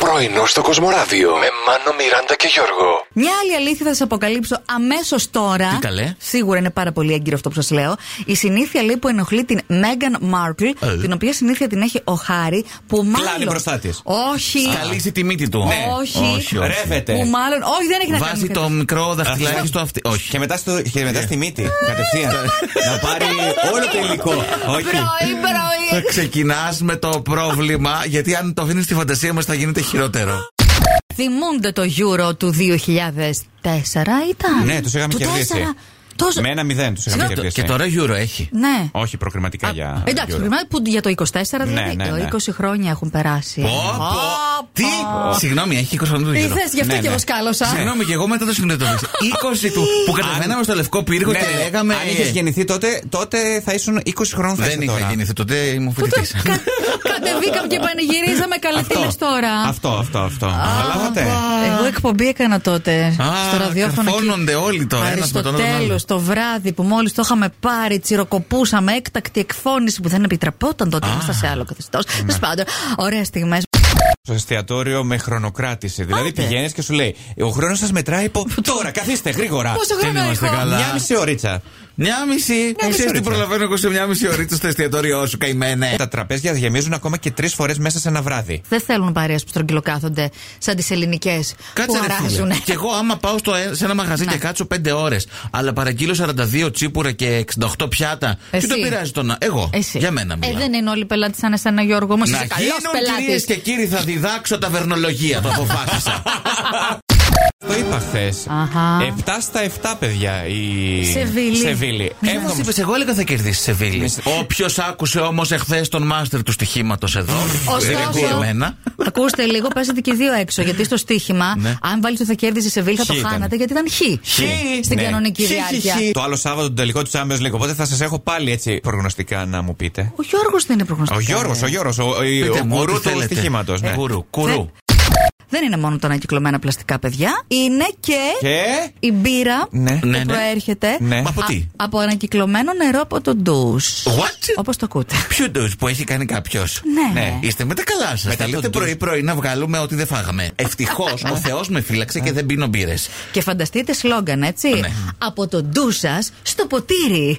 Πρωινό στο Κοσμοράδιο με Μάνο, Μιράντα και Γιώργο. Μια άλλη αλήθεια θα σα αποκαλύψω αμέσως τώρα. Τι καλέ? Σίγουρα είναι πάρα πολύ έγκυρο αυτό που σας λέω. Η συνήθεια λέει που ενοχλεί την Μέγαν Μάρκλ, Ε. την οποία συνήθεια την έχει ο Χάρη, που μάλλον. μπροστά της. Όχι. Καλύψει τη μύτη του. Ναι. Όχι. Όχι, όχι. Ρεύεται. Που μάλλον. Όχι, δεν έχει να κάνει. Βάζει με το κάτι. μικρό δαχτυλάκι Αυτό. στο αυτή. Όχι. Και μετά, στο, και μετά στη μύτη. Κατευθείαν. να πάρει όλο το υλικό. Όχι. Πρωί, πρωί. Ξεκινάς με το πρόβλημα, γιατί αν το αφήνεις στη φαντασία μας θα γίνεται χειρότερο. Θυμούνται το Euro του 2004 ήταν. Ναι, τους είχαμε Του κερδίσει. 4. Τόσο... Με ένα μηδέν τους είχαμε Συγγνώμη, κερδίσει. Και τώρα γύρω έχει. Ναι. Όχι προκριματικά για. Εντάξει, Euro. μιλάμε που για το 24 δηλαδή. ναι, ναι. 20 χρόνια έχουν περάσει. Πω, πω. Πω, Τι! Συγγνώμη, έχει 20 χρόνια του Τι γύρω. θες, γι' αυτό Ναι, και ναι. εγώ σκάλωσα. Συγγνώμη, και εγώ μετά το συνειδητοποίησα. 20 του που κατεβαίναμε στο λευκό πύργο Ναι, και ναι, ναι. λέγαμε. Αν είχες γεννηθεί τότε, τότε θα ήσουν 20 χρόνων θα Δεν είσαι είχα τώρα. γεννηθεί τότε, ήμουν φοιτητής. Κα- Κατεβήκαμε και πανηγυρίζαμε καλέ τι λες τώρα. Αυτό, αυτό, αυτό. Καταλάβατε. Εγώ εκπομπή έκανα τότε στο ραδιόφωνο. εκεί. καρφώνονται όλοι τώρα, ένας με τον άλλον. Αριστοτέλους, το βράδυ που μόλις το είχαμε πάρει, τσιροκοπούσαμε έκτακτη εκφώνηση που δεν επιτρεπόταν τότε. Είμαστε σε άλλο καθεστώς. Ναι. Τέλος πάντων, ωραίες στιγμές. Στο εστιατόριο με χρονοκράτηση. Δηλαδή Άντε. πηγαίνεις και σου λέει: Ο χρόνος σας μετράει υπό. Τώρα, καθίστε γρήγορα. Πόσο δεν χρόνο είμαστε έχω. καλά. Μια μισή ωρίτσα. Μια μισή. Ξέρεις τι ναι. ωρίτσα. προλαβαίνω εγώ σε μια μισή ωρίτσα στο εστιατόριό σου, καημένε. Τα τραπέζια γεμίζουν ακόμα και τρεις φορές μέσα σε ένα βράδυ. Δεν θέλουν παρέες που στρογγυλοκάθονται σαν τις ελληνικές που ρε φίλε. αράζουν. Κι εγώ άμα πάω στο, ε- σε ένα μαγαζί Ναι. και κάτσω 5 ώρες, αλλά παραγγείλω 42 τσίπουρα και 68 πιάτα. Εσύ. Τι το πειράζει το να. Εγώ. Εσύ. Για μένα ε, μιλάω. δεν είναι όλοι πελάτες σαν εσένα, Γιώργο. Όμως να είσαι καλός γίνουν κυρίες πελάτης. και κύριοι, θα διδάξω ταβερνολογία. Το αποφάσισα. Το είπα χθες. Αχα. 7 στα 7, παιδιά. Η... Σεβίλη. Σεβίλη. Ναι. Έβδομη. Είπες, εγώ έλεγα θα κερδίσεις σε Βίλη. Μισή. Όποιος άκουσε όμως εχθές τον μάστερ του στοιχήματος εδώ. ε, δεν ακούει Ωστόσο, εμένα. ακούστε λίγο, παίζετε και δύο έξω. Γιατί στο στοίχημα, Ναι. αν βάλεις το θα κέρδιζε σε βίλ, θα το Χ ήταν. χάνατε γιατί ήταν χ. Στην Ναι. κανονική Χι, χι, διάρκεια. χι. Το άλλο Σάββατο τον τελικό του Champions League. Οπότε θα σας έχω πάλι έτσι προγνωστικά να μου πείτε. Ο Γιώργος δεν είναι προγνωστικό. Ο Γιώργος, ο Γιώργος, ο, ο, Πείτε ο μου, γκουρού ό,τι του θέλετε. Ε, στοιχήματος, ναι. Γκουρού, κουρού. Δεν είναι μόνο τα ανακυκλωμένα πλαστικά, παιδιά. Είναι και, Και. η μπύρα Ναι. που Ναι, ναι. προέρχεται Ναι. Μα από α- τι. από ανακυκλωμένο νερό από το ντους. What? Όπως το ακούτε. Ποιο ντους που έχει κάνει κάποιος. Ναι. Ναι. Είστε με τα καλά σας. Μετά Τα το λέτε ντους. πρωί-πρωί να βγάλουμε ό,τι δεν φάγαμε. Ευτυχώς ο Θεός με φύλαξε και δεν πίνω μπύρες. Και φανταστείτε σλόγγαν, έτσι. Ναι. Από το ντους σας στο ποτήρι.